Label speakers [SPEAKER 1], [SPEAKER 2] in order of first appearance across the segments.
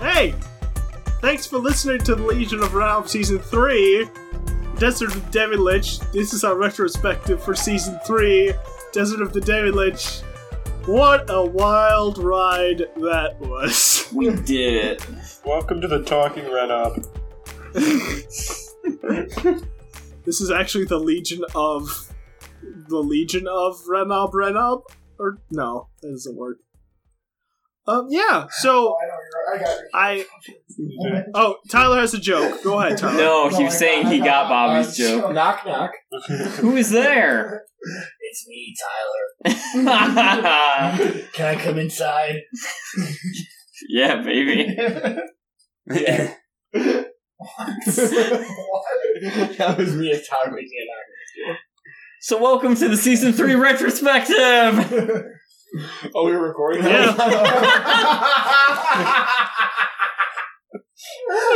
[SPEAKER 1] Hey! Thanks for listening to the Legion of Ralph Season 3, Desert of the David Lynch. This is our retrospective for Season 3, Desert of the David Lynch. What a wild ride that was.
[SPEAKER 2] We did it.
[SPEAKER 3] Welcome to the talking run up.
[SPEAKER 1] This is actually the Legion of. The Legion of Renob Renob? Or, no, that doesn't work. Um, yeah, so
[SPEAKER 4] I know you're. I got your.
[SPEAKER 1] I. Oh, Tyler has a joke. Go ahead, Tyler.
[SPEAKER 2] No,
[SPEAKER 4] No,
[SPEAKER 2] he
[SPEAKER 4] I
[SPEAKER 2] was Oh, saying he
[SPEAKER 4] I
[SPEAKER 2] got
[SPEAKER 4] uh,
[SPEAKER 2] Bobby's joke.
[SPEAKER 4] Knock knock.
[SPEAKER 2] Who is there?
[SPEAKER 4] It's me, Tyler.
[SPEAKER 2] yeah,
[SPEAKER 4] Can I come inside?
[SPEAKER 2] baby.
[SPEAKER 5] Yeah. that was me as Tyler making
[SPEAKER 2] So welcome to the season three retrospective.
[SPEAKER 5] a knock. oh, we were recording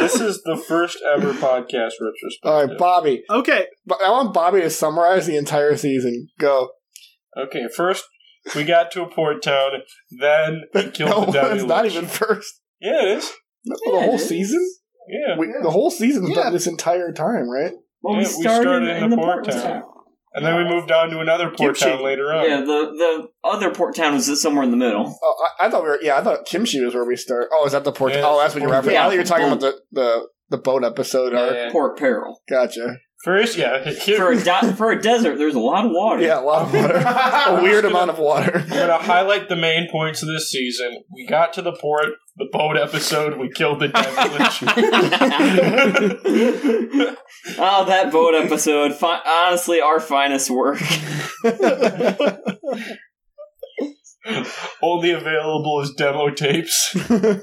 [SPEAKER 3] this is the first ever podcast retrospective.
[SPEAKER 5] All right, Bobby.
[SPEAKER 1] Okay,
[SPEAKER 5] But I want Bobby to summarize the entire season. Go.
[SPEAKER 3] Okay, first we got to a port town, then we killed
[SPEAKER 5] no,
[SPEAKER 3] the Demi
[SPEAKER 5] it's not
[SPEAKER 3] Lich.
[SPEAKER 5] even first.
[SPEAKER 3] Yeah, it is.
[SPEAKER 5] No,
[SPEAKER 2] Yeah,
[SPEAKER 5] the
[SPEAKER 2] it
[SPEAKER 5] whole
[SPEAKER 2] is.
[SPEAKER 5] season.
[SPEAKER 3] Yeah.
[SPEAKER 5] We, the whole season's
[SPEAKER 1] Yeah.
[SPEAKER 5] been this entire time, right?
[SPEAKER 2] Well,
[SPEAKER 3] Yeah,
[SPEAKER 2] we
[SPEAKER 3] we
[SPEAKER 2] started, in, the port town.
[SPEAKER 3] And then we moved on to another port
[SPEAKER 1] Kimchi.
[SPEAKER 3] town later on.
[SPEAKER 2] Yeah, the the other port town was somewhere in the middle.
[SPEAKER 5] Oh, I, I thought we were. Yeah, I thought kimchi was where we start. Oh, is that the port?
[SPEAKER 3] Yeah,
[SPEAKER 5] oh,
[SPEAKER 3] that's
[SPEAKER 5] that's
[SPEAKER 3] the
[SPEAKER 5] what you're
[SPEAKER 3] port-
[SPEAKER 5] referencing.
[SPEAKER 2] yeah.
[SPEAKER 5] I thought you were talking about the the, the boat episode. Or,
[SPEAKER 2] Port Peril.
[SPEAKER 5] Gotcha.
[SPEAKER 3] First, yeah,
[SPEAKER 2] For
[SPEAKER 3] here,
[SPEAKER 2] a do- for a desert, there's a lot of water.
[SPEAKER 5] Yeah, a lot of water. a weird amount of water.
[SPEAKER 3] I'm going to highlight the main points of this season. We got to the port, the boat episode, we killed the Demi Lich.
[SPEAKER 2] oh, that boat episode. Fi- honestly, our finest work.
[SPEAKER 3] Only available as demo tapes.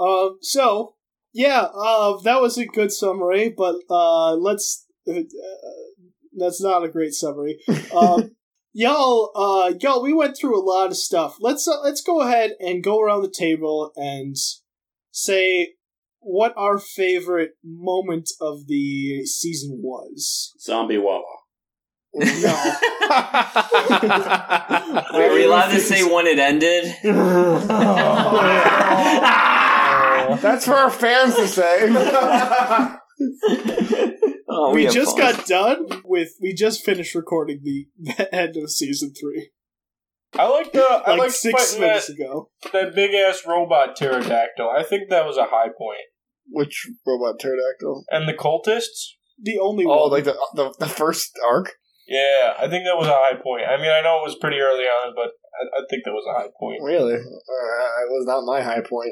[SPEAKER 1] Um. So yeah. Uh. That was a good summary, but uh. Let's. Uh, that's not a great summary. Um. y'all. Uh. Y'all. We went through a lot of stuff. Let's. Uh, let's go ahead and go around the table and say what our favorite moment of the season was.
[SPEAKER 6] Zombie Wawa.
[SPEAKER 1] No.
[SPEAKER 2] Wait, were you allowed to say when it ended? oh,
[SPEAKER 5] That's for our fans to say.
[SPEAKER 1] Oh, we
[SPEAKER 2] Oh, have
[SPEAKER 1] just
[SPEAKER 2] fun.
[SPEAKER 1] got done with. We just finished recording the, the end of season three,
[SPEAKER 3] I like the I
[SPEAKER 1] like,
[SPEAKER 3] like
[SPEAKER 1] six
[SPEAKER 3] fighting
[SPEAKER 1] minutes
[SPEAKER 3] that,
[SPEAKER 1] ago.
[SPEAKER 3] that big ass robot pterodactyl. I think that was a high point.
[SPEAKER 5] Which robot pterodactyl?
[SPEAKER 3] And the cultists?
[SPEAKER 1] The only one.
[SPEAKER 5] Oh, like the, the the first arc.
[SPEAKER 3] Yeah, I think that was a high point. I mean, I know it was pretty early on, but I, I think that was a high point.
[SPEAKER 5] Really, uh, it was not my high point.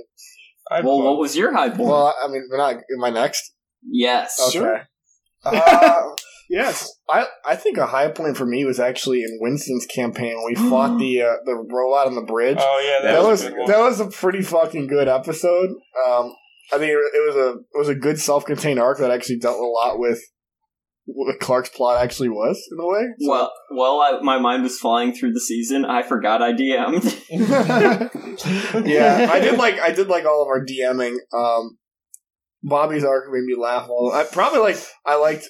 [SPEAKER 3] I
[SPEAKER 2] Well, what was your high point?
[SPEAKER 5] Well, I mean, we're not my next.
[SPEAKER 2] yes.
[SPEAKER 5] Okay.
[SPEAKER 1] Sure.
[SPEAKER 5] Uh,
[SPEAKER 1] yes.
[SPEAKER 5] I I think a high point for me was actually in Winston's campaign when we fought the uh, the robot on the bridge.
[SPEAKER 3] oh yeah, that,
[SPEAKER 5] Uh, that was
[SPEAKER 3] was, a good one.
[SPEAKER 5] that was a pretty fucking good episode. Um, I think it was a it was a good self contained arc that actually dealt a lot with what Clark's plot actually was in a way. So-
[SPEAKER 2] Well, well, I, my mind was flying through the season. I forgot I DM'd.
[SPEAKER 5] yeah, I did like I did like all of our DMing. Um, Bobby's arc made me laugh. All I probably like I liked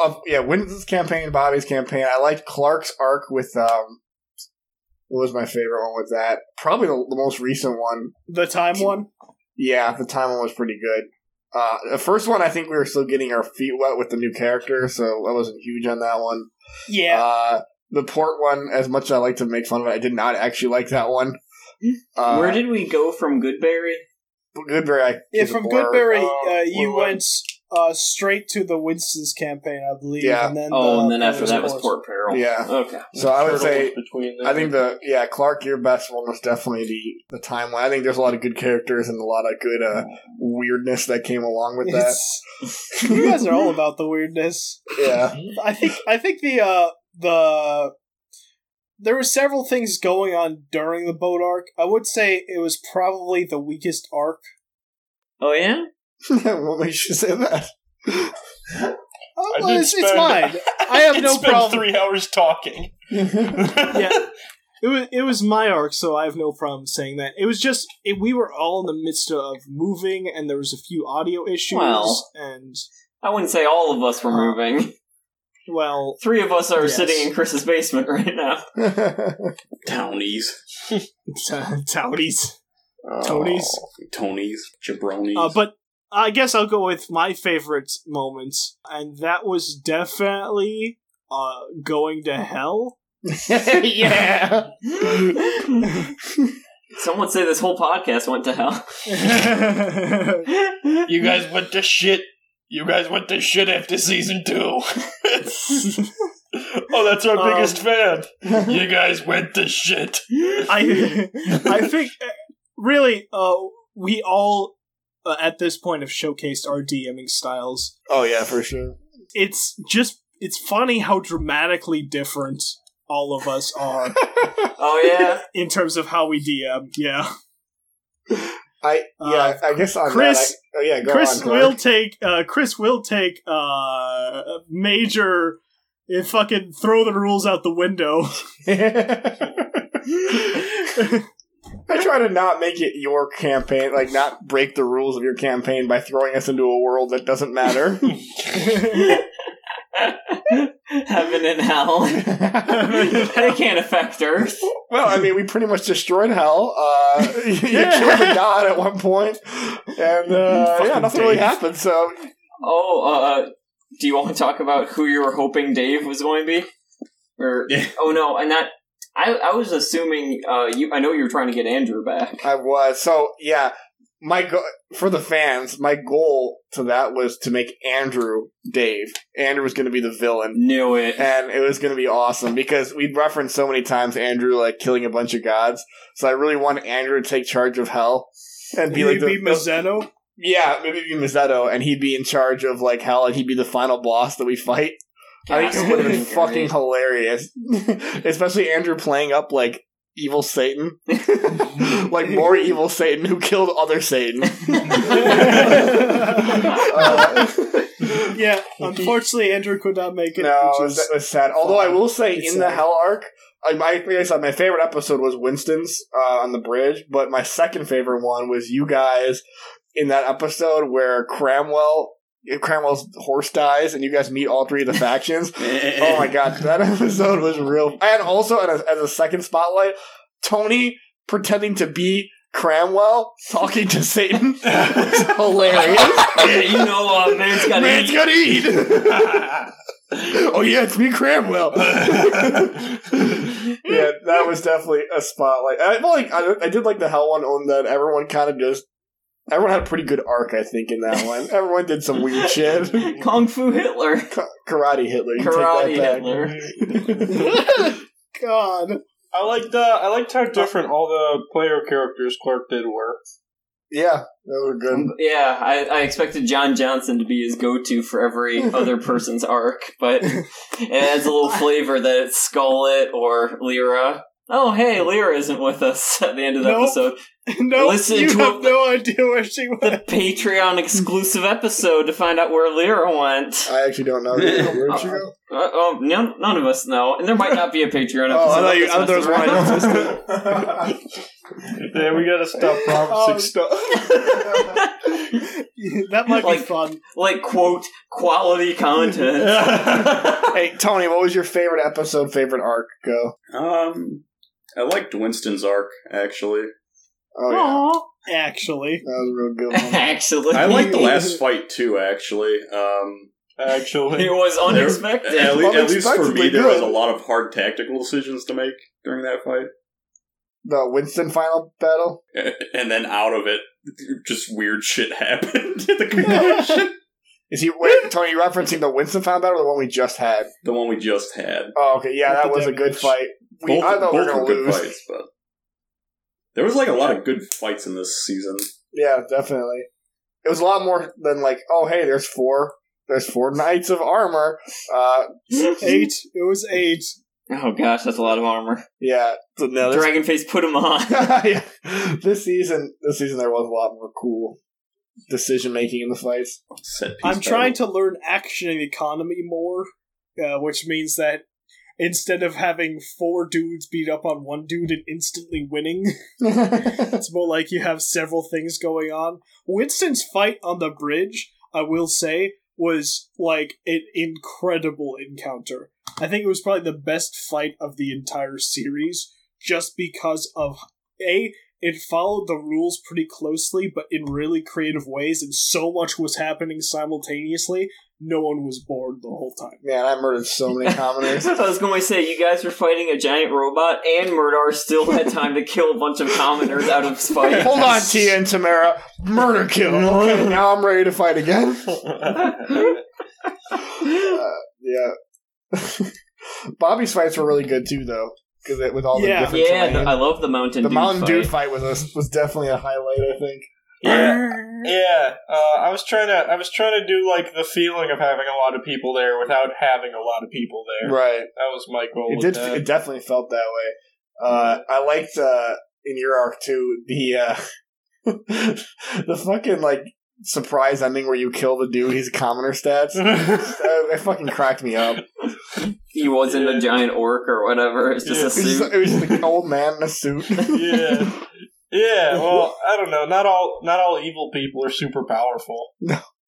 [SPEAKER 5] uh, yeah Winston's campaign, Bobby's campaign. I liked Clark's arc with um. What was my favorite one with that? Probably the, the most recent one.
[SPEAKER 1] The time one.
[SPEAKER 5] Yeah, the time one was pretty good. Uh, the first one, I think we were still getting our feet wet with the new character, so I wasn't huge on that one.
[SPEAKER 1] Yeah.
[SPEAKER 5] Uh, the port one, as much as I like to make fun of it, I did not actually like that one. Uh,
[SPEAKER 2] Where did we go from Goodberry?
[SPEAKER 5] Goodberry? I-
[SPEAKER 1] yeah,
[SPEAKER 5] is a
[SPEAKER 1] from
[SPEAKER 5] blur.
[SPEAKER 1] Goodberry,
[SPEAKER 3] uh,
[SPEAKER 1] uh, you
[SPEAKER 3] we went-
[SPEAKER 1] went uh, straight to the Winston's campaign, I believe.
[SPEAKER 5] Yeah.
[SPEAKER 1] And then uh,
[SPEAKER 2] Oh,
[SPEAKER 1] the-
[SPEAKER 2] and then after
[SPEAKER 1] the-
[SPEAKER 2] that was Port Peril.
[SPEAKER 5] uh, Yeah.
[SPEAKER 2] Okay.
[SPEAKER 5] So I would
[SPEAKER 3] Turtles
[SPEAKER 5] say
[SPEAKER 3] between them.
[SPEAKER 5] I think the yeah Clark, your best one was definitely the the time one. I think there's a lot of good characters and a lot of good uh, weirdness that came along with that.
[SPEAKER 1] It's- you guys are all about the weirdness.
[SPEAKER 5] Yeah,
[SPEAKER 1] I think. I think the uh, the there were several things going on during the boat arc. I would say it was probably the weakest arc.
[SPEAKER 2] Oh yeah.
[SPEAKER 5] what makes you say that?
[SPEAKER 1] Oh,
[SPEAKER 3] I
[SPEAKER 1] well,
[SPEAKER 3] did
[SPEAKER 1] it's, it's
[SPEAKER 3] spend-
[SPEAKER 1] mine. I have no
[SPEAKER 3] spent
[SPEAKER 1] problem.
[SPEAKER 3] three hours talking.
[SPEAKER 1] yeah. It was, it was my arc, so I have no problem saying that. It was just it, we were all in the midst of moving, and there was a few audio issues,
[SPEAKER 2] Well.
[SPEAKER 1] and
[SPEAKER 2] I wouldn't say all of us were
[SPEAKER 5] Uh-huh.
[SPEAKER 2] moving.
[SPEAKER 1] well,
[SPEAKER 2] Three of us are
[SPEAKER 1] Yes.
[SPEAKER 2] sitting in Chris's basement right now.
[SPEAKER 6] Townies.
[SPEAKER 1] townies. Tony's.
[SPEAKER 6] Tony's jabronies.
[SPEAKER 1] Uh, but I guess I'll go with my favorite moments, and that was definitely uh, going to hell.
[SPEAKER 5] yeah.
[SPEAKER 2] Some would say this whole podcast went to hell.
[SPEAKER 3] You guys went to shit. You guys went to shit after season two. oh, that's our
[SPEAKER 1] Um,
[SPEAKER 3] biggest fan. You guys went to shit.
[SPEAKER 1] I I think uh, really uh, we all uh, at this point have showcased our DMing styles.
[SPEAKER 5] Oh yeah, for sure.
[SPEAKER 1] It's just it's funny how dramatically different all of us are
[SPEAKER 2] oh yeah.
[SPEAKER 1] in terms of how we DM. Yeah,
[SPEAKER 5] I yeah.
[SPEAKER 1] Uh,
[SPEAKER 5] I guess on
[SPEAKER 1] Chris-
[SPEAKER 5] That, I, oh yeah. Go
[SPEAKER 1] Chris
[SPEAKER 5] on, Clark.
[SPEAKER 1] will take uh, Chris will take uh, major. It fucking throw the rules out the window.
[SPEAKER 5] I try to not make it your campaign, like not break the rules of your campaign by throwing us into a world that doesn't matter.
[SPEAKER 2] Heaven and hell. they can't affect Earth.
[SPEAKER 5] well, I mean, we pretty much destroyed hell. Uh, you killed a god at one point, and uh, yeah,
[SPEAKER 6] Fucking
[SPEAKER 5] nothing really
[SPEAKER 6] Dave.
[SPEAKER 5] happened. So
[SPEAKER 2] Oh, uh, do you want to talk about who you were hoping Dave was going to be? Or
[SPEAKER 6] Yeah.
[SPEAKER 2] oh no, and that I I was assuming uh, you. I know you were trying to get Andrew back.
[SPEAKER 5] I was. So yeah, my go- for the fans, my goal to that was to make Andrew Dave. Andrew was going to be the villain.
[SPEAKER 2] Knew it.
[SPEAKER 5] and it was going to be awesome because we'd referenced so many times Andrew like killing a bunch of gods. So I really want Andrew to take charge of hell and be like the,
[SPEAKER 1] Mazzano.
[SPEAKER 5] yeah, maybe be Mazzetto, and he'd be in charge of like hell, and he'd be the final boss that we fight. I think it would have been fucking hilarious, especially Andrew playing up like evil Satan, like more evil Satan who killed other Satan. Uh,
[SPEAKER 1] Yeah, unfortunately, Andrew could not make it.
[SPEAKER 5] No,
[SPEAKER 1] which
[SPEAKER 5] that was sad. Although I will say,
[SPEAKER 1] It's
[SPEAKER 5] in the
[SPEAKER 1] sad.
[SPEAKER 5] Hell arc, I, my, like I said, my favorite episode was Winston's uh, on the bridge, but my second favorite one was you guys in that episode where Cramwell, Cramwell's horse dies, and you guys meet all three of the factions. oh my god, that episode was real. And also, as, as a second spotlight, Tony pretending to be Cramwell talking to Satan was hilarious.
[SPEAKER 2] Yeah, you know, uh, man's got
[SPEAKER 5] Man's
[SPEAKER 2] to
[SPEAKER 5] gonna eat. oh yeah, it's me, Cramwell. yeah, that was definitely a spotlight. I feel like I, I did like the hell one on that. Everyone kind of just everyone had a pretty good arc, I think, in that one. everyone did some weird shit.
[SPEAKER 2] Kung Fu Hitler.
[SPEAKER 5] Ka- Karate Hitler. You
[SPEAKER 2] Karate
[SPEAKER 5] take that
[SPEAKER 2] Hitler.
[SPEAKER 1] is- God.
[SPEAKER 3] I liked uh, I liked how different all the player characters Clark did were.
[SPEAKER 5] Yeah, that was good.
[SPEAKER 2] Yeah, I, I expected John Johnson to be his go-to for every other person's arc, but it adds a little flavor that it's Scullet or Lyra. Oh, hey, Lyra isn't with us at the end of the
[SPEAKER 1] Nope.
[SPEAKER 2] episode.
[SPEAKER 1] No,
[SPEAKER 2] Listen
[SPEAKER 1] you
[SPEAKER 2] to
[SPEAKER 1] have
[SPEAKER 2] him.
[SPEAKER 1] no idea where she
[SPEAKER 2] The
[SPEAKER 1] went.
[SPEAKER 2] Patreon exclusive episode to find out where Lyra went.
[SPEAKER 5] I actually don't know. Where'd you go?
[SPEAKER 2] Uh, oh, none, none of us know, and there might not be a Patreon episode.
[SPEAKER 5] Oh, I thought you-
[SPEAKER 2] of this
[SPEAKER 5] I thought there was one I
[SPEAKER 2] messing around.
[SPEAKER 5] noticed.
[SPEAKER 3] Yeah, we gotta stop
[SPEAKER 1] Oh,
[SPEAKER 3] promising
[SPEAKER 1] that might
[SPEAKER 2] Like-
[SPEAKER 1] be fun.
[SPEAKER 2] like quote quality content.
[SPEAKER 3] stuff.
[SPEAKER 5] Hey Tony, what was your favorite episode? Favorite arc? Go.
[SPEAKER 6] Um, I liked Winston's arc actually.
[SPEAKER 5] Oh yeah,
[SPEAKER 1] Actually,
[SPEAKER 5] that was a real good one.
[SPEAKER 2] Actually,
[SPEAKER 6] I liked the last fight too. Actually, um,
[SPEAKER 3] Actually,
[SPEAKER 2] It was unexpected.
[SPEAKER 6] There, at, le- at least for
[SPEAKER 5] Unexpectedly
[SPEAKER 6] me, there was
[SPEAKER 5] good.
[SPEAKER 6] a lot of hard tactical decisions to make during that fight,
[SPEAKER 5] The Winston final battle.
[SPEAKER 6] A- and then out of it, just weird shit happened. the conclusion,
[SPEAKER 5] Is he wait, Tony? You referencing the Winston final battle or the one we just had?
[SPEAKER 6] the one we just had.
[SPEAKER 5] Oh, okay, yeah,
[SPEAKER 1] With
[SPEAKER 5] that
[SPEAKER 1] the
[SPEAKER 5] was a good
[SPEAKER 1] damage.
[SPEAKER 5] fight. We,
[SPEAKER 6] both
[SPEAKER 5] I thought we were
[SPEAKER 6] both
[SPEAKER 5] gonna
[SPEAKER 6] were good
[SPEAKER 5] lose.
[SPEAKER 6] fights, but there was like a lot of good fights in this season.
[SPEAKER 5] Yeah, definitely. It was a lot more than like, oh hey, there's four, there's four knights of armor. Uh,
[SPEAKER 1] eight. It was eight.
[SPEAKER 2] oh gosh, that's a lot of armor.
[SPEAKER 5] yeah, so now there's-
[SPEAKER 2] Dragon face put him on.
[SPEAKER 5] yeah. This season, this season there was a lot more cool decision making in the fights.
[SPEAKER 6] Set piece
[SPEAKER 1] I'm
[SPEAKER 6] battle.
[SPEAKER 1] trying to learn action and economy more, uh, which means that instead of having four dudes beat up on one dude and instantly winning, it's more like you have several things going on. Winston's fight on the bridge, I will say, was like an incredible encounter. I think it was probably the best fight of the entire series just because of A, it followed the rules pretty closely, but in really creative ways, and so much was happening simultaneously, no one was bored the whole time.
[SPEAKER 5] Man, I murdered so many commoners.
[SPEAKER 2] I was going to say, you guys were fighting a giant robot, and Murdar still had time to kill a bunch of commoners out of spite.
[SPEAKER 5] Hold on, Tia and Tamara. Murder kill. Okay, now I'm ready to fight again. Yeah. Bobby's fights were really good too, though, because with all the
[SPEAKER 1] Yeah.
[SPEAKER 5] different
[SPEAKER 2] yeah,
[SPEAKER 5] terrain.
[SPEAKER 2] I love the Mountain
[SPEAKER 5] the
[SPEAKER 2] Dew
[SPEAKER 5] Mountain
[SPEAKER 2] fight.
[SPEAKER 5] Dew fight was a, was definitely a highlight. I think.
[SPEAKER 3] Yeah, yeah. Uh, I was trying to, I was trying to do like the feeling of having a lot of people there without having a lot of people there.
[SPEAKER 5] Right.
[SPEAKER 3] That was my goal.
[SPEAKER 5] It
[SPEAKER 3] with
[SPEAKER 5] did.
[SPEAKER 3] that.
[SPEAKER 5] It definitely felt that way. Uh, I liked uh, in your arc too the uh, the fucking like surprise ending where you kill the dude. He's commoner stats.
[SPEAKER 3] Mm-hmm.
[SPEAKER 5] Uh, it fucking cracked me up.
[SPEAKER 2] He wasn't
[SPEAKER 3] Yeah.
[SPEAKER 2] a giant orc or whatever. It's just
[SPEAKER 3] Yeah.
[SPEAKER 2] a
[SPEAKER 5] It was,
[SPEAKER 2] suit.
[SPEAKER 5] just, it was just an old man in a suit.
[SPEAKER 3] yeah. Yeah, well, I don't know. Not all not all evil people are super powerful.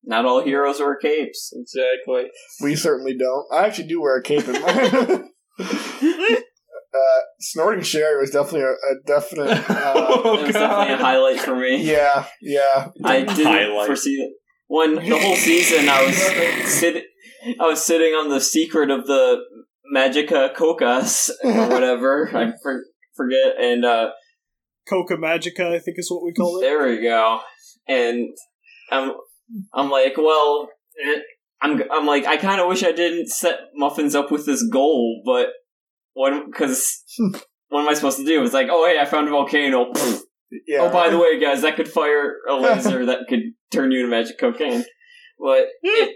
[SPEAKER 2] Not all heroes wear capes.
[SPEAKER 3] Exactly.
[SPEAKER 5] We certainly don't. I actually do wear a cape in mine. uh, snorting Sherry was definitely a, a definite. Uh,
[SPEAKER 2] That
[SPEAKER 3] Oh,
[SPEAKER 2] was definitely a highlight for me.
[SPEAKER 5] yeah, yeah.
[SPEAKER 2] I didn't
[SPEAKER 6] Highlight.
[SPEAKER 2] foresee it. When the whole season, I was sitting, I was sitting on the secret of the Magica Cocas or whatever. I for- forget. And uh,
[SPEAKER 1] Coca Magica, I think is what we call it.
[SPEAKER 2] there we go. And I'm, I'm like, well, eh, I'm, I'm like, I kind of wish I didn't set muffins up with this goal, but what? Because what am I supposed to do? It's like, oh hey, I found a volcano.
[SPEAKER 5] Yeah.
[SPEAKER 2] oh, by the way, guys, that could fire a laser that could turn you into magic cocaine. But it,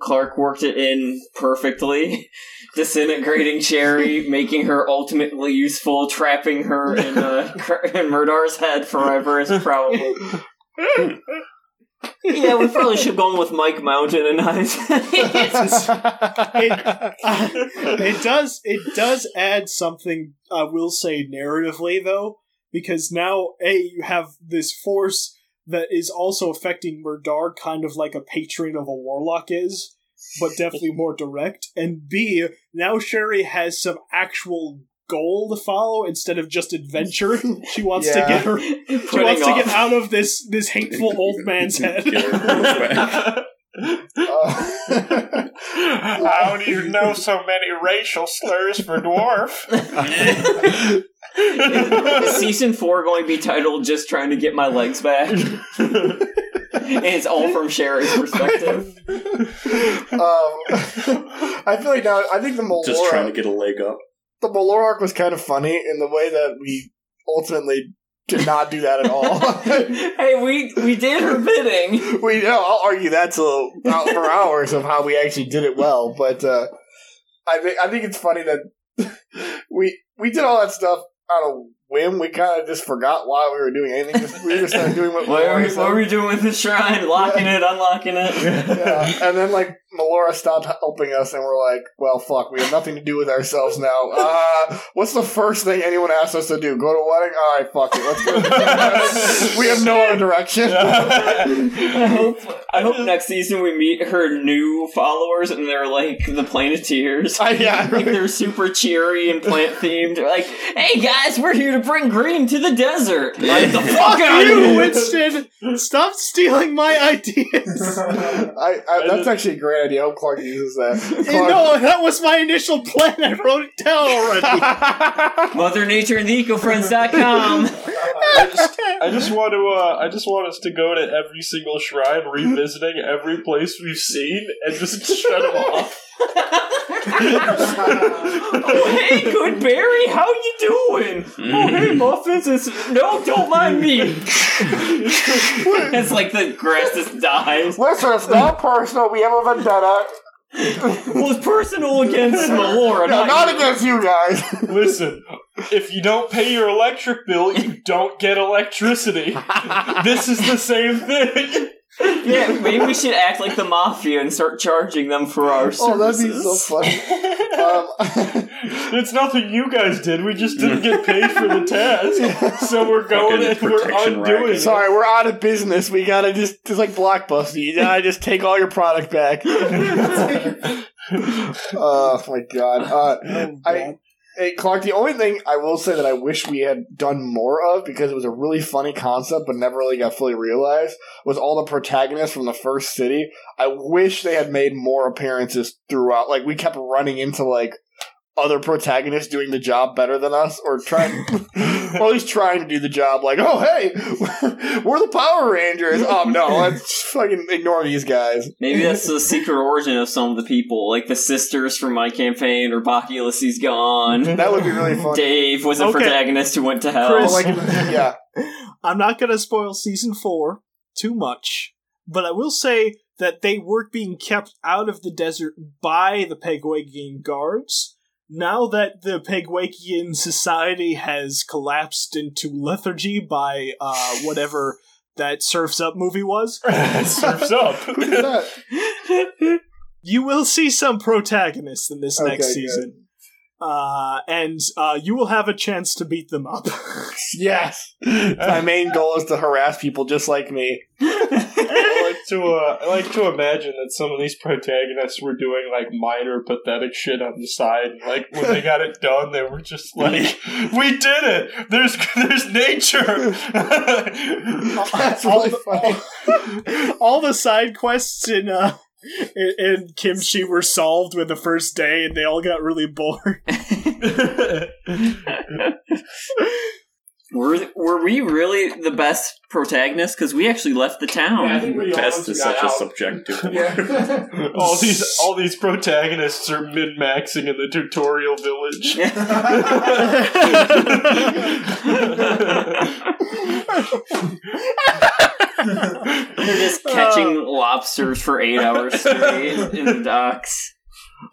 [SPEAKER 2] Clark worked it in perfectly, disintegrating Cherry, making her ultimately useful, trapping her in, uh, cr- in Murdar's head forever is probably. yeah, we probably should have gone with Mike Mountain and I.
[SPEAKER 1] it does. It does add something. I will say narratively though, because now a you have this force that is also affecting Murdar, kind of like a patron of a warlock is, but definitely more direct. And b now Sherry has some actual goal to follow instead of just adventure. She wants to
[SPEAKER 5] Yeah.
[SPEAKER 1] get her. She
[SPEAKER 2] Putting
[SPEAKER 1] wants to get
[SPEAKER 2] off-
[SPEAKER 1] out of this this hateful old man's head.
[SPEAKER 5] Uh,
[SPEAKER 3] How do you know so many racial slurs for dwarf?
[SPEAKER 2] Is season four going to be titled "Just Trying to Get My Legs Back"? and it's all from Sherry's perspective.
[SPEAKER 5] um, I feel like now. I think the Malora,
[SPEAKER 6] Just trying to get a leg up.
[SPEAKER 5] the Malora arc was kind of funny in the way that we ultimately did not do that at all.
[SPEAKER 2] hey, we we did her bidding.
[SPEAKER 5] we know I'll argue that till out for hours of how we actually did it well, but uh, I think I think it's funny that we we did all that stuff on a whim. We kind of just forgot why we were doing anything. Just, we just started doing what
[SPEAKER 2] What are,
[SPEAKER 5] Melora
[SPEAKER 2] we, what are
[SPEAKER 5] said.
[SPEAKER 2] we doing with the shrine? Locking it, unlocking it.
[SPEAKER 5] Yeah. And then like Melora stopped helping us, and we're like, "Well, fuck, we have nothing to do with ourselves now." Uh, what's the first thing anyone asks us to do? Go to wedding? All right, fuck it, let's go. we have no other direction.
[SPEAKER 2] I hope I hope next season we meet her new followers and they're like the Planeteers.
[SPEAKER 5] I- yeah,
[SPEAKER 2] Like they're super cheery and plant themed. Like, hey guys, we're here to bring green to the desert. Like the fuck out of
[SPEAKER 1] you,
[SPEAKER 2] here.
[SPEAKER 1] Winston! Stop stealing my ideas.
[SPEAKER 5] I, I, that's actually a great idea. I hope Clark uses that.
[SPEAKER 1] You
[SPEAKER 5] Clark,
[SPEAKER 1] know, that was my initial plan. I wrote it down already.
[SPEAKER 2] Mother Nature and the EcoFriends.com.
[SPEAKER 3] I just, I just want to, uh, I just want us to go to every single shrine, revisiting every place we've seen, and just shut them off.
[SPEAKER 2] oh, hey, good Barry, how you doing? Oh,
[SPEAKER 5] Mm-hmm.
[SPEAKER 2] hey, muffins, it's no, don't mind me. it's like the grass just dies.
[SPEAKER 5] Listen, it's not personal. We have a vendetta.
[SPEAKER 2] Well, it's personal against Melora,
[SPEAKER 5] No,
[SPEAKER 2] not,
[SPEAKER 5] not
[SPEAKER 2] you.
[SPEAKER 5] against you guys.
[SPEAKER 3] Listen, if you don't pay your electric bill, you don't get electricity. This is the same thing.
[SPEAKER 2] Yeah, maybe we should act like the mafia and start charging them for our services.
[SPEAKER 5] oh, that'd be so funny. Um,
[SPEAKER 3] It's nothing you guys did. We just didn't get paid for the task, so we're going and
[SPEAKER 6] Fucking
[SPEAKER 3] we're
[SPEAKER 6] protection
[SPEAKER 3] undoing.
[SPEAKER 6] racket.
[SPEAKER 3] it.
[SPEAKER 5] sorry, we're out of business. We gotta just, it's like Blockbuster. You gotta just take all your product back. oh my god. Uh,
[SPEAKER 1] Oh, God.
[SPEAKER 5] I Hey, Clark, the only thing I will say that I wish we had done more of because it was a really funny concept but never really got fully realized was all the protagonists from the first city. I wish they had made more appearances throughout. Like we kept running into like other protagonists doing the job better than us or trying or at least trying to do the job like, "Oh, hey, we're the Power Rangers." Oh, no, let's fucking ignore these guys.
[SPEAKER 2] Maybe that's the secret origin of some of the people, like the sisters from my campaign, or Baculus, he's gone.
[SPEAKER 5] That would be really funny.
[SPEAKER 2] Dave was a
[SPEAKER 1] Okay.
[SPEAKER 2] protagonist who went to hell.
[SPEAKER 1] Chris.
[SPEAKER 5] Like, yeah.
[SPEAKER 1] I'm not going to spoil season four too much, but I will say that they were being kept out of the desert by the Pegwagian guards. Now that the Pegwagian society has collapsed into lethargy by uh, whatever that Surfs Up movie was,
[SPEAKER 3] Surfs up.
[SPEAKER 5] Who did that?
[SPEAKER 1] you will see some protagonists in this next
[SPEAKER 5] Okay, good.
[SPEAKER 1] season. Uh, and uh, you will have a chance to beat them up.
[SPEAKER 5] Yes. My main goal is to harass people just like me.
[SPEAKER 3] I like to uh, I like to imagine that some of these protagonists were doing like minor pathetic shit on the side. Like when they got it done, they were just like, "We did it! There's there's nature."
[SPEAKER 5] That's
[SPEAKER 1] All
[SPEAKER 5] really
[SPEAKER 1] the-
[SPEAKER 5] funny.
[SPEAKER 1] all the side quests in uh in, in kimchi were solved with the first day and they all got really bored
[SPEAKER 2] were, were we really the best protagonists? Because we actually left the town.
[SPEAKER 4] Yeah, I think we all
[SPEAKER 6] Best is
[SPEAKER 4] got
[SPEAKER 6] such a
[SPEAKER 4] out.
[SPEAKER 6] subjective word.
[SPEAKER 4] Yeah.
[SPEAKER 3] all these all these protagonists are min maxing in the tutorial village.
[SPEAKER 2] They're just
[SPEAKER 5] Uh.
[SPEAKER 2] catching lobsters for eight hours straight in the docks.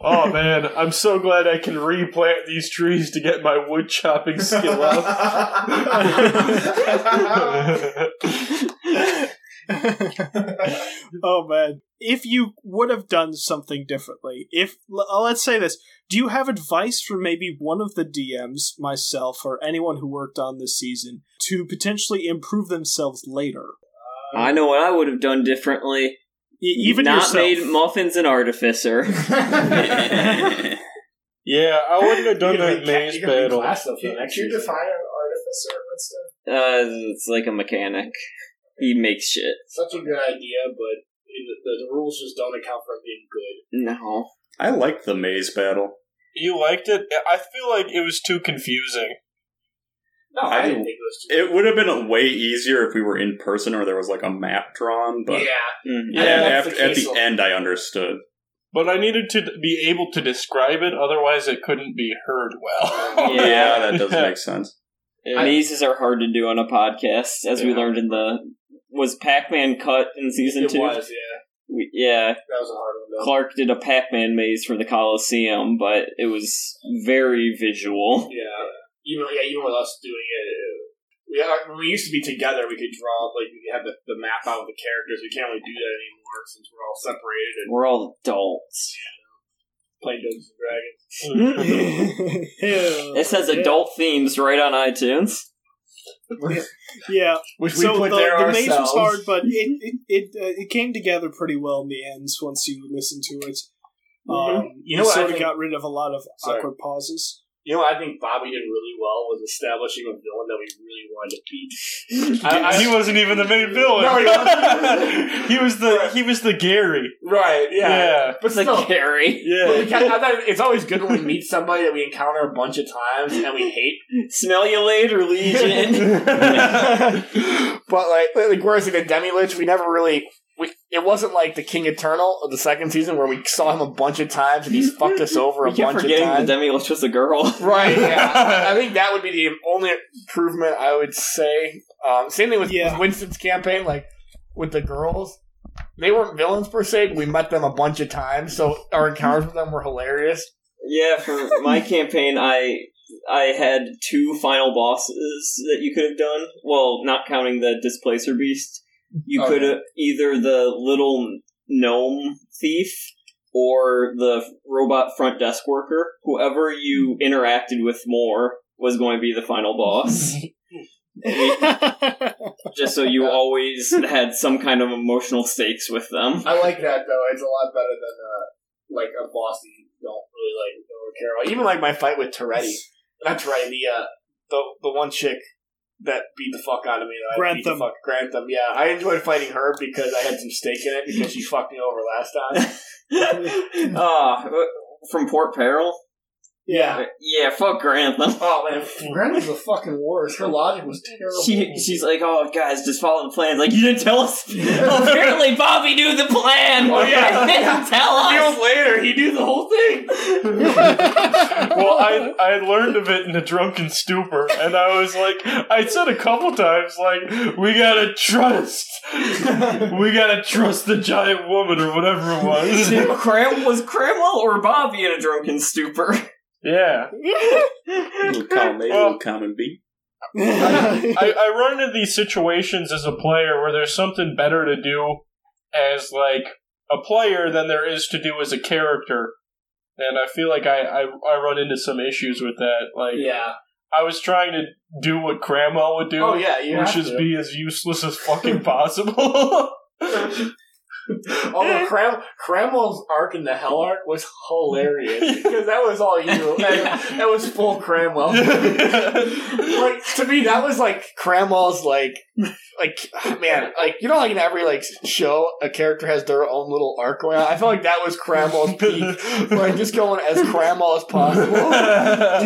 [SPEAKER 3] Oh man, I'm so glad I can replant these trees to get my wood chopping skill up.
[SPEAKER 1] oh man if you would have done something differently if l- uh, let's say this do you have advice for maybe one of the dms myself or anyone who worked on this season to potentially improve themselves later
[SPEAKER 2] I know what I would have done differently.
[SPEAKER 1] E- even
[SPEAKER 2] not
[SPEAKER 1] yourself
[SPEAKER 2] made muffins an artificer.
[SPEAKER 3] yeah, I wouldn't have done that maze
[SPEAKER 4] you can read
[SPEAKER 3] battle.
[SPEAKER 4] class stuff for
[SPEAKER 3] Can-
[SPEAKER 4] next
[SPEAKER 3] can you
[SPEAKER 4] you define an artificer, Winston?
[SPEAKER 2] Uh, it's like a mechanic. He makes shit.
[SPEAKER 4] Such a good idea, but the, the, the rules just don't account for it being good.
[SPEAKER 2] No.
[SPEAKER 6] I like the maze battle.
[SPEAKER 3] You liked it? I feel like it was too confusing.
[SPEAKER 4] No, I,
[SPEAKER 6] I-
[SPEAKER 4] didn't think it was too
[SPEAKER 6] It would have been way easier if we were in person or there was like a map drawn, but
[SPEAKER 4] yeah.
[SPEAKER 2] Mm.
[SPEAKER 6] yeah,
[SPEAKER 4] I don't know if
[SPEAKER 6] after,
[SPEAKER 4] the
[SPEAKER 6] at
[SPEAKER 4] case
[SPEAKER 6] the
[SPEAKER 4] will-
[SPEAKER 6] end I understood.
[SPEAKER 3] But I needed to be able to describe it, otherwise it couldn't be heard well.
[SPEAKER 2] Yeah.
[SPEAKER 6] that does make sense.
[SPEAKER 2] Yeah, mazes are hard to do on a podcast, as we
[SPEAKER 6] Yeah.
[SPEAKER 2] learned in the was Pac-Man cut in season
[SPEAKER 4] It
[SPEAKER 2] two.
[SPEAKER 4] was, yeah.
[SPEAKER 2] We, yeah,
[SPEAKER 4] That was a hard one, though.
[SPEAKER 2] Clark did a Pac-Man maze for the Coliseum, but it was very visual.
[SPEAKER 4] Yeah. Even yeah, even with us doing it, it- we uh, when we used to be together, we could draw like we could have the, the map out of the characters. We can't really do that anymore since we're all separated and
[SPEAKER 2] We're all adults.
[SPEAKER 4] playing Dungeons and Dragons.
[SPEAKER 3] Hmm.
[SPEAKER 1] it
[SPEAKER 2] It says adult themes right on iTunes.
[SPEAKER 1] yeah
[SPEAKER 5] Which we
[SPEAKER 1] so
[SPEAKER 5] put
[SPEAKER 1] the, the
[SPEAKER 5] there ourselves.
[SPEAKER 1] maze was hard, but it it it, uh, it came together pretty well in the ends once you listen to it. Um,
[SPEAKER 4] Mm-hmm. You
[SPEAKER 1] you
[SPEAKER 4] know
[SPEAKER 1] know,
[SPEAKER 4] what I
[SPEAKER 1] sort of
[SPEAKER 4] think-
[SPEAKER 1] got rid of a lot of
[SPEAKER 4] Sorry.
[SPEAKER 1] awkward pauses.
[SPEAKER 4] You know, what I think Bobby did really well was establishing a villain that we really wanted to beat.
[SPEAKER 3] I- he wasn't even the main villain.
[SPEAKER 5] No, he
[SPEAKER 3] he was the he was the Gary.
[SPEAKER 5] Right,
[SPEAKER 3] Yeah.
[SPEAKER 5] But
[SPEAKER 2] It's like Harry
[SPEAKER 5] yeah.
[SPEAKER 4] We can't- I thought it's always good when we meet somebody that we encounter a bunch of times and we hate.
[SPEAKER 2] Smell you later, Legion.
[SPEAKER 5] but like, like whereas in the Demi Lich, we never really. We, it wasn't like the King Eternal of the second season where we saw him a bunch of times and he's fucked us over a
[SPEAKER 2] I kept
[SPEAKER 5] bunch of
[SPEAKER 2] forgetting the
[SPEAKER 5] times.
[SPEAKER 2] Demi Lich was a girl.
[SPEAKER 5] right, yeah. I think that would be the only improvement I would say. Um, same thing with,
[SPEAKER 1] Yeah.
[SPEAKER 5] with Winston's campaign, like with the girls. They weren't villains per se, but we met them a bunch of times, so our encounters with them were hilarious.
[SPEAKER 2] Yeah, for my campaign, I I had two final bosses that you could have done. Well, not counting the displacer beast, you
[SPEAKER 5] Oh,
[SPEAKER 2] could have either the little gnome thief or the robot front desk worker. Whoever you interacted with more was going to be the final boss. Just so you always had some kind of emotional stakes with them.
[SPEAKER 4] I like that though. It's a lot better than uh, like a boss that you don't really like, don't care about.
[SPEAKER 5] Even like my fight with Toretti.
[SPEAKER 4] That's right. The uh, the the one chick that beat the fuck out of me. That I beat the
[SPEAKER 1] Grantham.
[SPEAKER 4] fuck, Grantham. Yeah, I enjoyed fighting her because I had some stake in it because she fucked me over last time.
[SPEAKER 2] Ah, uh, from Port Peril. Uh,
[SPEAKER 1] Yeah.
[SPEAKER 2] Yeah, fuck Grantham.
[SPEAKER 4] Oh man, Granham's the fucking worst. Her logic was terrible.
[SPEAKER 2] She she's like, oh guys, just follow the plan. Like you didn't tell us. Well, apparently, Bobby knew the plan.
[SPEAKER 4] Oh, yeah.
[SPEAKER 2] He didn't tell us.
[SPEAKER 4] Years later, he knew the whole thing.
[SPEAKER 3] well, I I learned of it in a drunken stupor, and I was like, I said a couple times, like, we gotta trust, we gotta trust the giant woman or whatever it was.
[SPEAKER 2] Cram was Cramwell or Bobby in a drunken stupor?
[SPEAKER 3] yeah,
[SPEAKER 6] Little column A, little common B.
[SPEAKER 3] I, I run into these situations as a player where there's something better to do as like a player than there is to do as a character, and I feel like I I, I run into some issues with that. Like,
[SPEAKER 4] Yeah.
[SPEAKER 3] I was trying to do what Grandma would do.
[SPEAKER 4] Oh yeah, you
[SPEAKER 3] which
[SPEAKER 4] have
[SPEAKER 3] is
[SPEAKER 4] to.
[SPEAKER 3] be as useless as fucking possible.
[SPEAKER 4] Although Cram Cramwell's arc in the Hell arc was hilarious because that was all you. That, that was full Cramwell. like to me, that was like
[SPEAKER 5] Cramwell's like, like man, like you know, like in every like show, a character has their own little arc going on. I feel like that was Cramwell's peak, like just going as Cramwell as possible.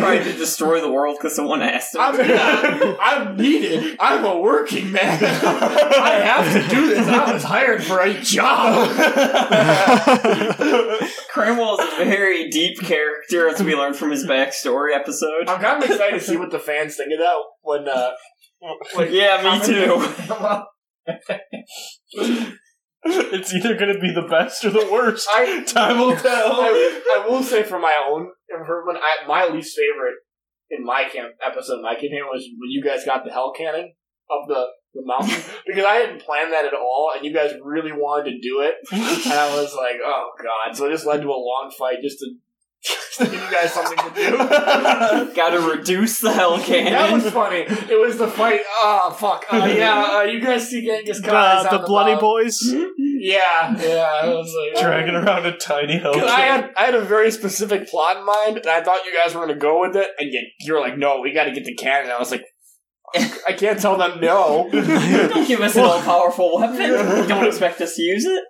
[SPEAKER 2] Trying to destroy the world because someone asked him.
[SPEAKER 4] I'm, not- I'm needed. I'm a working man. I have to do this. I was hired for a job.
[SPEAKER 2] Cramwell is a very deep character, as we learned from his backstory episode.
[SPEAKER 4] I'm kind of excited to see what the fans think of that when. Uh,
[SPEAKER 2] Yeah, me too.
[SPEAKER 3] it's either going to be the best or the worst.
[SPEAKER 4] I
[SPEAKER 3] Time will tell.
[SPEAKER 4] I, I will say for my own improvement, I, my least favorite in my camp episode, of my campaign was when you guys got the hell cannon up the, the mountain because I didn't plan that at all, and you guys really wanted to do it, and I was like, oh god! So it just led to a long fight just to, just to give you guys something to do.
[SPEAKER 2] Gotta reduce the hell
[SPEAKER 4] That
[SPEAKER 2] cannon.
[SPEAKER 4] was funny. It was the fight. Oh fuck! Uh, yeah, uh, you guys see Genghis Khan is
[SPEAKER 1] the,
[SPEAKER 4] on
[SPEAKER 1] the bloody
[SPEAKER 4] mountain.
[SPEAKER 1] boys.
[SPEAKER 4] Yeah, yeah. It was like,
[SPEAKER 3] Dragging around a tiny hell.
[SPEAKER 4] Because I had I had a very specific plot in mind, and I thought you guys were going to go with it, and you, you were like, "No, we got to get to Canada." I was like, "I can't tell them no."
[SPEAKER 2] Don't give us an all powerful weapon. Don't expect us to use it.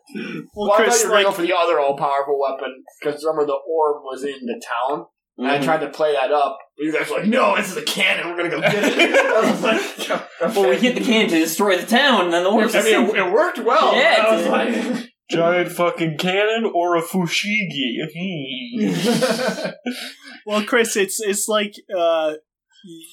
[SPEAKER 4] Well,
[SPEAKER 1] Well,
[SPEAKER 4] I thought
[SPEAKER 1] Chris,
[SPEAKER 4] you were going
[SPEAKER 1] like,
[SPEAKER 4] for the other all powerful weapon because remember the orb was in the town, and
[SPEAKER 2] Mm-hmm.
[SPEAKER 4] I tried to play that up. But you guys were like, "No, this is a cannon. We're going to go get it." I was like,
[SPEAKER 2] Well, we hit the cannon to destroy the town, and then the orcs.
[SPEAKER 4] I mean, it, it worked well.
[SPEAKER 2] Yeah,
[SPEAKER 4] but I
[SPEAKER 2] it
[SPEAKER 4] was
[SPEAKER 2] did.
[SPEAKER 4] like,
[SPEAKER 3] Giant fucking cannon or a fushigi? Hmm.
[SPEAKER 1] well, Chris, it's it's like uh,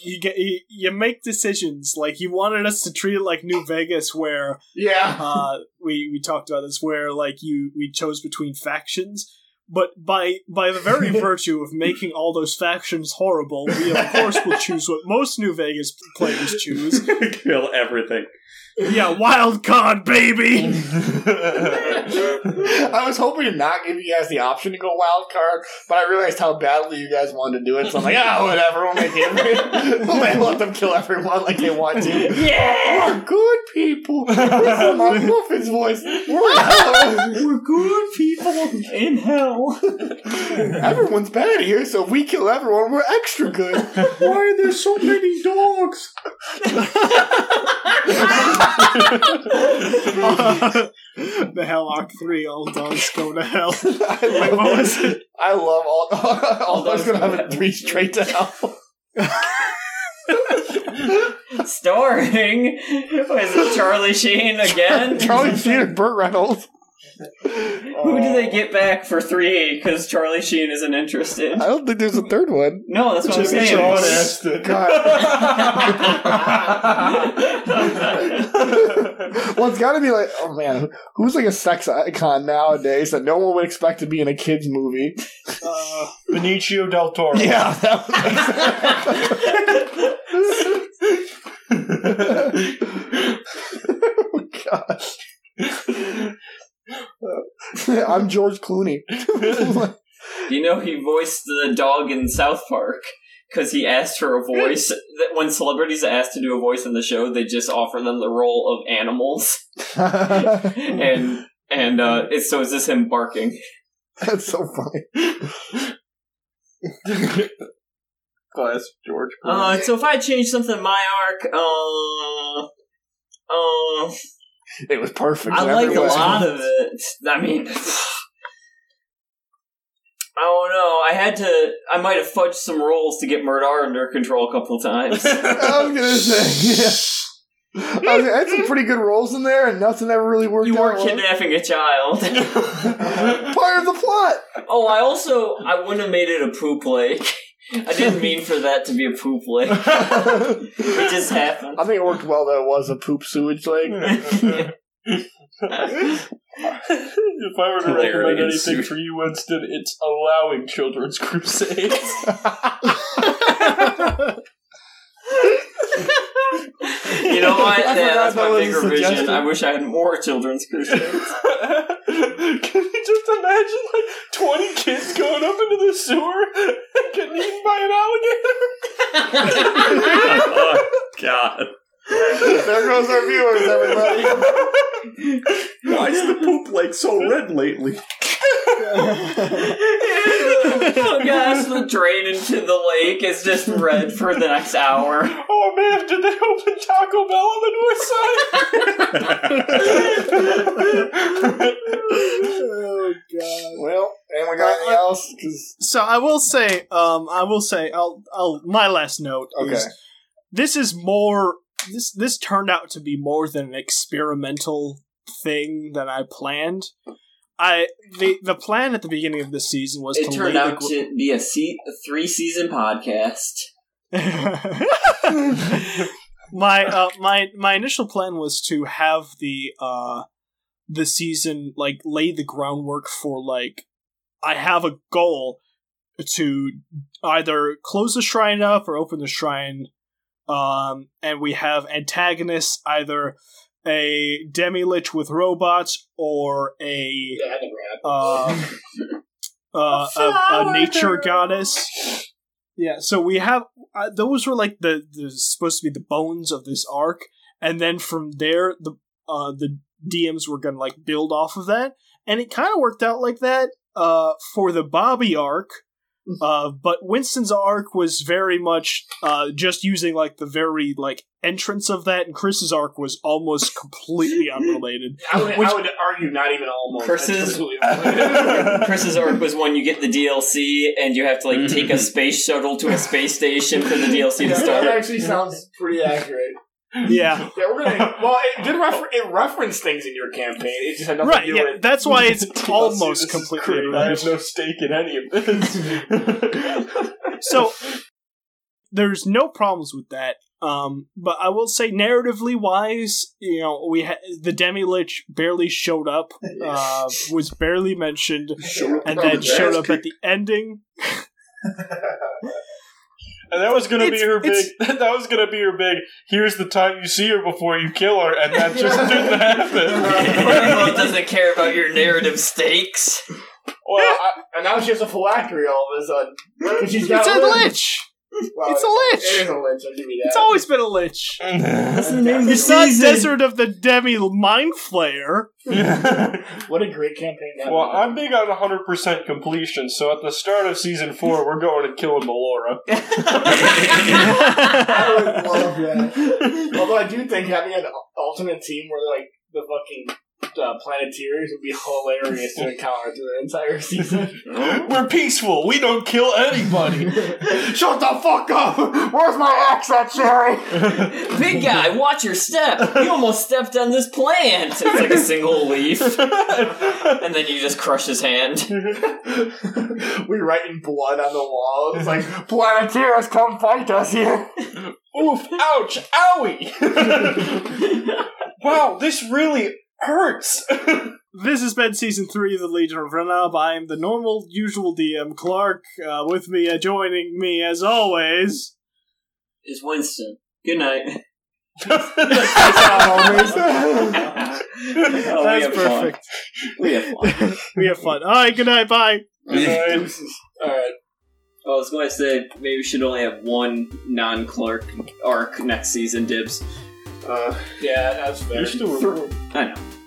[SPEAKER 1] you get you, you make decisions. Like you wanted us to treat it like New Vegas, where
[SPEAKER 4] yeah,
[SPEAKER 1] uh, we we talked about this, where like you we chose between factions. But by by the very virtue of making all those factions horrible, we of course will choose what most New Vegas players choose.
[SPEAKER 6] Kill everything.
[SPEAKER 1] Yeah, wild card, baby.
[SPEAKER 5] I was hoping to not give you guys the option to go wild card, but I realized how badly you guys wanted to do it. So I'm like, ah, whatever. We'll make it. we'll let them kill everyone like they want to.
[SPEAKER 2] yeah.
[SPEAKER 5] We're good people. Listen to my Muffin's voice. We're
[SPEAKER 2] We're good people in hell.
[SPEAKER 5] everyone's bad here, so if we kill everyone, we're extra good. Why are there so many dogs?
[SPEAKER 1] the Hellock Three, all dogs go to hell.
[SPEAKER 5] I love,
[SPEAKER 1] What was
[SPEAKER 5] it. I love all. all dogs gonna have it three straight to hell.
[SPEAKER 2] Starring is it Charlie Sheen again?
[SPEAKER 5] Charlie Sheen and Burt Reynolds.
[SPEAKER 2] Who do
[SPEAKER 3] Uh,
[SPEAKER 2] they get back for three? Because Charlie Sheen isn't interested.
[SPEAKER 5] I don't think there's a third one.
[SPEAKER 2] No, that's what I'm saying.
[SPEAKER 3] John Aston.
[SPEAKER 5] God.
[SPEAKER 3] I
[SPEAKER 5] Well, it's got to be like, oh man, who's like a sex icon nowadays that no one would expect to be in a kids movie?
[SPEAKER 1] Uh,
[SPEAKER 3] Benicio del Toro.
[SPEAKER 5] Yeah, that was, oh gosh. I'm George Clooney.
[SPEAKER 2] you know he voiced the dog in South Park because he asked for a voice. that when celebrities ask to do a voice in the show, they just offer them the role of animals, and and uh, it's, so is this him barking?
[SPEAKER 5] That's so funny.
[SPEAKER 3] Class George.
[SPEAKER 2] Uh, so if I change something in my arc, uh, uh,
[SPEAKER 5] It was perfect.
[SPEAKER 2] I
[SPEAKER 5] in
[SPEAKER 2] like
[SPEAKER 5] every
[SPEAKER 2] a
[SPEAKER 5] way.
[SPEAKER 2] lot of it. I mean, I don't know. I had to. I might have fudged some rolls to get Murdar under control a couple times.
[SPEAKER 5] I was gonna say. Yeah. I, was, I had some pretty good roles in there, and nothing ever really worked.
[SPEAKER 2] you were
[SPEAKER 5] out well.
[SPEAKER 2] kidnapping a child.
[SPEAKER 5] Part of the plot.
[SPEAKER 2] oh, I also I wouldn't have made it a poop lake. I didn't mean for that to be a poop lake. it just happened.
[SPEAKER 5] I think it worked well that it was a poop sewage lake.
[SPEAKER 3] if I were to
[SPEAKER 6] Hilarious
[SPEAKER 3] recommend anything
[SPEAKER 6] suit.
[SPEAKER 3] for you, Winston, it's allowing children's crusades.
[SPEAKER 2] You know what?
[SPEAKER 5] I
[SPEAKER 2] Yeah,
[SPEAKER 5] forgot
[SPEAKER 2] that's
[SPEAKER 5] that
[SPEAKER 2] my
[SPEAKER 5] was a
[SPEAKER 2] bigger vision.
[SPEAKER 5] suggestion.
[SPEAKER 2] I wish I had more children's crusades.
[SPEAKER 3] Can you just imagine like twenty kids going up into the sewer and getting eaten by an alligator?
[SPEAKER 6] oh, God.
[SPEAKER 5] there goes our viewers, everybody.
[SPEAKER 6] Why is the poop lake so red lately?
[SPEAKER 2] oh gosh, the drain into the lake is just red for the next hour.
[SPEAKER 3] Oh man, did they open Taco Bell on the north side?
[SPEAKER 1] Oh god.
[SPEAKER 5] well, anyone got anything else? 'Cause-
[SPEAKER 1] So I will say, um, I will say, I'll, I'll. My last note
[SPEAKER 5] okay.
[SPEAKER 1] is this is more. This this turned out to be more than an experimental thing than I planned. I the the plan at the beginning of this season was
[SPEAKER 2] It
[SPEAKER 1] to
[SPEAKER 2] turned
[SPEAKER 1] lay
[SPEAKER 2] out
[SPEAKER 1] the gr-
[SPEAKER 2] to be a, se- a three season podcast.
[SPEAKER 1] my uh, my my initial plan was to have the uh the season like lay the groundwork for like I have a goal to either close the shrine up or open the shrine um and we have antagonists either a demi lich with robots or a
[SPEAKER 4] Yeah, that never happened.
[SPEAKER 1] uh, uh, a, a nature goddess. Yeah, so we have uh, those were like the, the supposed to be the bones of this arc, and then from there the uh, the DMs were gonna like build off of that, and it kind of worked out like that uh, for the Bobby arc. Uh, but Winston's arc was very much uh, just using like the very like entrance of that, and Chris's arc was almost completely unrelated.
[SPEAKER 4] I, would,
[SPEAKER 1] which-
[SPEAKER 4] I would argue not even almost. That's
[SPEAKER 2] Curses.
[SPEAKER 4] completely unrelated.
[SPEAKER 2] Chris's arc was when you get the DLC and you have to like take a space shuttle to a space station for the DLC to
[SPEAKER 4] Yeah, that
[SPEAKER 2] start.
[SPEAKER 4] actually sounds pretty accurate.
[SPEAKER 1] Yeah,
[SPEAKER 4] Yeah, we're gonna. Well, it did refer- it referenced things in your campaign. It just had nothing to
[SPEAKER 1] Right,
[SPEAKER 4] do
[SPEAKER 1] yeah,
[SPEAKER 4] with.
[SPEAKER 1] that's why it's
[SPEAKER 3] Let's see,
[SPEAKER 1] almost
[SPEAKER 3] this is
[SPEAKER 1] completely
[SPEAKER 3] great. I have
[SPEAKER 1] irrelevant.
[SPEAKER 3] no stake in any of this.
[SPEAKER 1] So there's no problems with that. Um, but I will say, narratively wise, you know, we ha- the Demi Lich barely showed up, uh, was barely mentioned, and then showed up at the ending.
[SPEAKER 3] And that was gonna
[SPEAKER 1] It's-
[SPEAKER 3] be her big.
[SPEAKER 1] it's-
[SPEAKER 3] That was gonna be her big. Here's the time you see her before you kill her, and that just didn't happen.
[SPEAKER 2] Everyone doesn't care about your narrative stakes.
[SPEAKER 4] Well, I, and now she has a phylactery all of a sudden. 'Cause she's got
[SPEAKER 1] It's a
[SPEAKER 4] limbs.
[SPEAKER 1] lich.
[SPEAKER 4] Wow,
[SPEAKER 1] It's
[SPEAKER 5] Uh,
[SPEAKER 1] a lich.
[SPEAKER 4] It is a lich. I'll give you that.
[SPEAKER 1] It's always been a lich.
[SPEAKER 2] That's the name of the
[SPEAKER 1] It's not
[SPEAKER 2] season.
[SPEAKER 1] Desert of the Demi Mind Flayer.
[SPEAKER 4] What a great campaign that
[SPEAKER 3] well,
[SPEAKER 4] was.
[SPEAKER 3] I'm big on 100 percent completion, so at the start of season four, we're going to kill Melora.
[SPEAKER 4] I would love that. Although I do think having an alternate team where they're like the fucking uh, Planeteers would be hilarious to encounter through the entire season.
[SPEAKER 3] We're peaceful. We don't kill anybody.
[SPEAKER 4] Shut the fuck up! Where's my axe at, Sherry?
[SPEAKER 2] Big guy, watch your step. You almost stepped on this plant. It's like a single leaf. And then you just crush his hand.
[SPEAKER 4] Mm-hmm. we write in blood on the wall. It's like Planeteers, come fight us here.
[SPEAKER 3] Oof! Ouch! Owie! wow, this really hurts.
[SPEAKER 1] This has been season three of the Legion of Renob. I am the normal, usual DM Clark. Uh, with me, uh, joining me as always.
[SPEAKER 2] Is Winston. Good night. Oh, we
[SPEAKER 1] That's
[SPEAKER 2] have fun.
[SPEAKER 1] perfect.
[SPEAKER 2] We have fun.
[SPEAKER 1] We have fun. All right, good night. Bye.
[SPEAKER 4] Alright.
[SPEAKER 2] I was going to say maybe we should only have one non-Clark arc next season, Dibs.
[SPEAKER 4] Uh, yeah, that's fair.
[SPEAKER 3] You're still
[SPEAKER 2] I know.